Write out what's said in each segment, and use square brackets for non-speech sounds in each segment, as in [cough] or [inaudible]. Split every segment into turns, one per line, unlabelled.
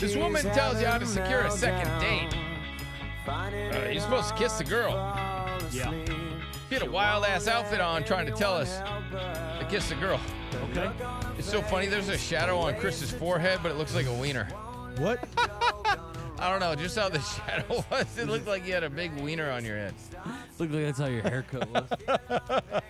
This woman tells you how to secure a second date. Uh, you're supposed to kiss the girl.
Yeah.
She had a wild ass outfit on trying to tell us to kiss the girl.
Okay.
It's so funny. There's a shadow on Chris's forehead, but it looks like a wiener.
What?
[laughs] I don't know, just how the [laughs] shadow was. It looked like you had a big wiener on your head.
Looked like that's how your haircut
[laughs]
was.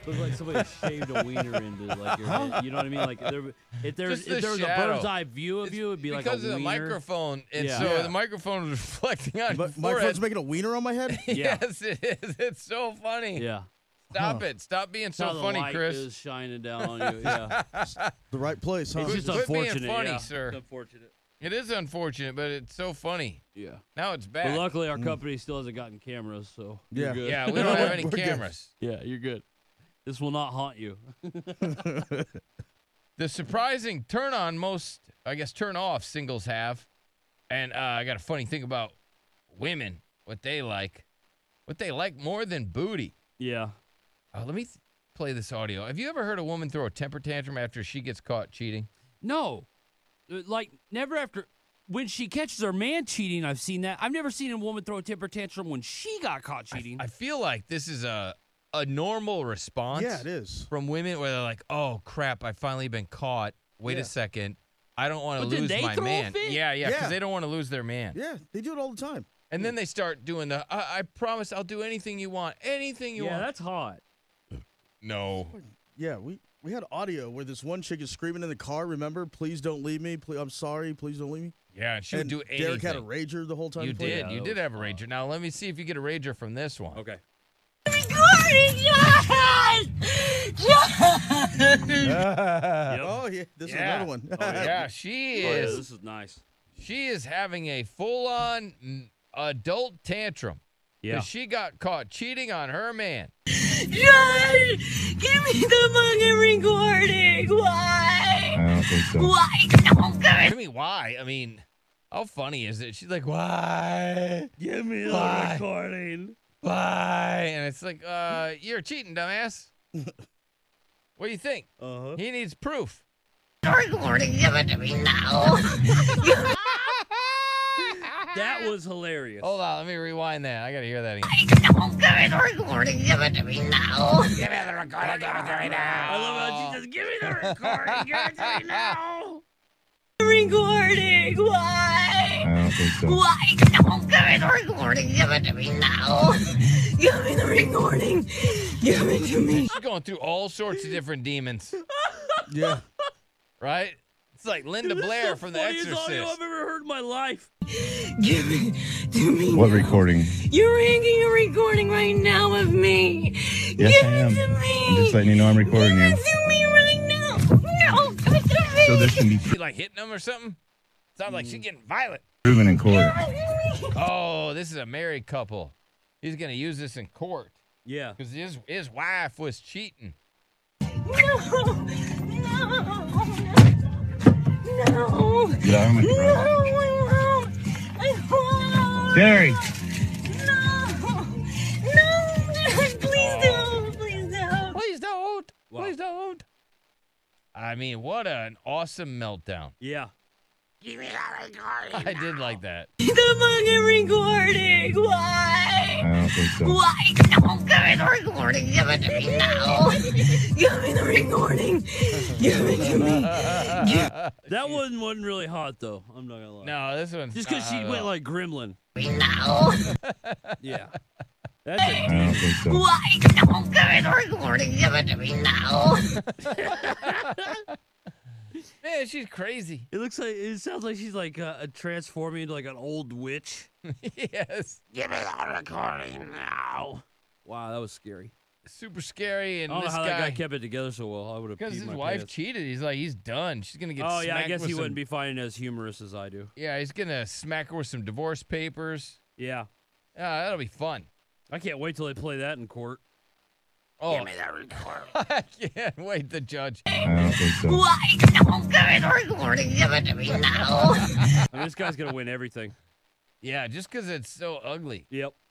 Looked like somebody shaved a wiener into like your. You know what I mean? Like there, if there,
Just the
if there was a
shadow.
bird's eye view of
It's
you, it'd be like a
because of the
wiener.
microphone, [laughs] and
Yeah.
so
Yeah.
the microphone was [laughs] reflecting on your
But my
forehead.
phone's making a wiener on my
[laughs]
head?
Yeah.
Yes, it is. It's so funny.
Yeah.
Stop it. Stop being so
How the
funny,
light
Chris.
Is shining down on you. Yeah.
[laughs]
The right place, huh?
It's
Quit-
just
quit being
unfortunate.
funny,
yeah.
sir.
It's unfortunate.
It is unfortunate, but it's so funny.
Yeah. Mm.
Now it's
But
bad.
luckily, our company still hasn't gotten cameras, so
Yeah.
you're good.
yeah,
[laughs]
we don't have any
We're good.
cameras.
yeah, you're good. This will not haunt you.
The surprising turn on most, I guess, turn off singles have. And uh, I got a funny thing about women, what they like. What they like more than booty.
Yeah.
Uh, let me th- play this audio. Have you ever heard a woman throw a temper tantrum after she gets caught cheating?
No, Uh, like never after when she catches her man cheating. I've seen that. I've never seen a woman throw a temper tantrum when she got caught cheating.
I feel like this is a a normal response.
Yeah, it is.
from women where they're like, "Oh crap, I finally been caught. Wait
Yeah.
a second, I don't want to
But did
lose
they
my
throw a
man."
fit?
Yeah, yeah, because
Yeah.
they don't want to lose their man.
Yeah, they do it all the time.
And then they start doing the, I, "I promise, I'll do anything you want, anything you
yeah,
want."
that's hot.
no,
Yeah, we, we had audio where this one chick is screaming in the car, remember? Please don't leave me. Please, I'm sorry. Please don't leave me.
yeah, and she
And
would do anything.
Derek had a rager the whole time.
you
he played
did,
it.
you
that
did
was
have a rager. Now let me see if you get a rager from this one.
[laughs] Okay.
Oh, yeah. This
Yeah.
is another one. [laughs]
yeah, she
Oh, yeah,
is.
this Oh, is nice.
She is having a full-on mm, adult tantrum. 'cause
Yeah.
she got caught cheating on her man.
John, give me the fucking recording. Why?
I don't think so.
Why? Don't give it.
Give me why? I mean, how funny is it? She's like, why?
Give me
Why?
recording.
Why? And it's like, uh, you're cheating,
[laughs]
dumbass. what do you think?
Uh-huh.
He needs proof.
Recording. Give it to me now.
[laughs] That was hilarious.
Hold on, let me rewind that. I gotta hear
[laughs]
that again.
Don't give it. Recording. Give it to me now.
Give me the recording, give it to me now.
I love how [laughs] she just give me the recording. Give it to me now.
Recording. Why?
I don't think so.
Why? Don't give it. Recording. Give it to me now. [laughs] Give me the recording. Give it to me.
She's going through all sorts of different demons,
yeah.
right? It's like Linda Blair from The
Funniest audio
Exorcist.
I've ever heard in my life.
Give it to me.
What
now.
recording?
You're making a recording right now of me.
Yes,
Give
I
it
am.
to me.
I'm just letting you know I'm recording
Give
you.
it to me right now. No, give it to me.
So this can be
She like hitting him or something? Sounds like
Mm.
she's getting violent.
proven in court.
Oh, this is a married couple. He's gonna use this in court
Yeah.
because his his wife was cheating.
No, no, no,
Get out of my
no,
throat.
no. I won't.
Derek.
No, no, please don't, please don't.
Please don't.
Wow.
Please don't. I mean, what an awesome meltdown.
Yeah.
I did like that.
The fucking recording. Why?
I don't think so.
Why? Don't give me the recording. Give it to me now. Give me the recording. Give it to me.
That one wasn't really hot though. I'm not gonna lie.
No, this one's
Just because
not
she
hot at
went
all.
like
[laughs]
gremlin.
Now.
Yeah. That's a
I don't think so.
Why? Don't give me the recording. Give it to me now.
man, she's crazy. [laughs]
It looks like it sounds like she's like uh, uh, transforming into like an old witch.
yes,
Ow! Wow, that was scary.
super scary. And
I don't know
this
how that guy
guy,
kept it together so well. I would have
because his wife cheated, he's like, he's done. She's gonna get.
Oh yeah, I
smacked
guess
with
he
some-
wouldn't be finding as humorous as I do.
Yeah, he's gonna smack her with some divorce papers.
Yeah,
Uh, that'll be fun.
I can't wait till they play that in court.
Oh, give me that report. [laughs] I can't wait. The judge.
I don't think so.
Why? Don't give me the recording. Give it to me now.
[laughs]
I mean, this guy's gonna win everything.
Yeah, just because it's so ugly.
Yep.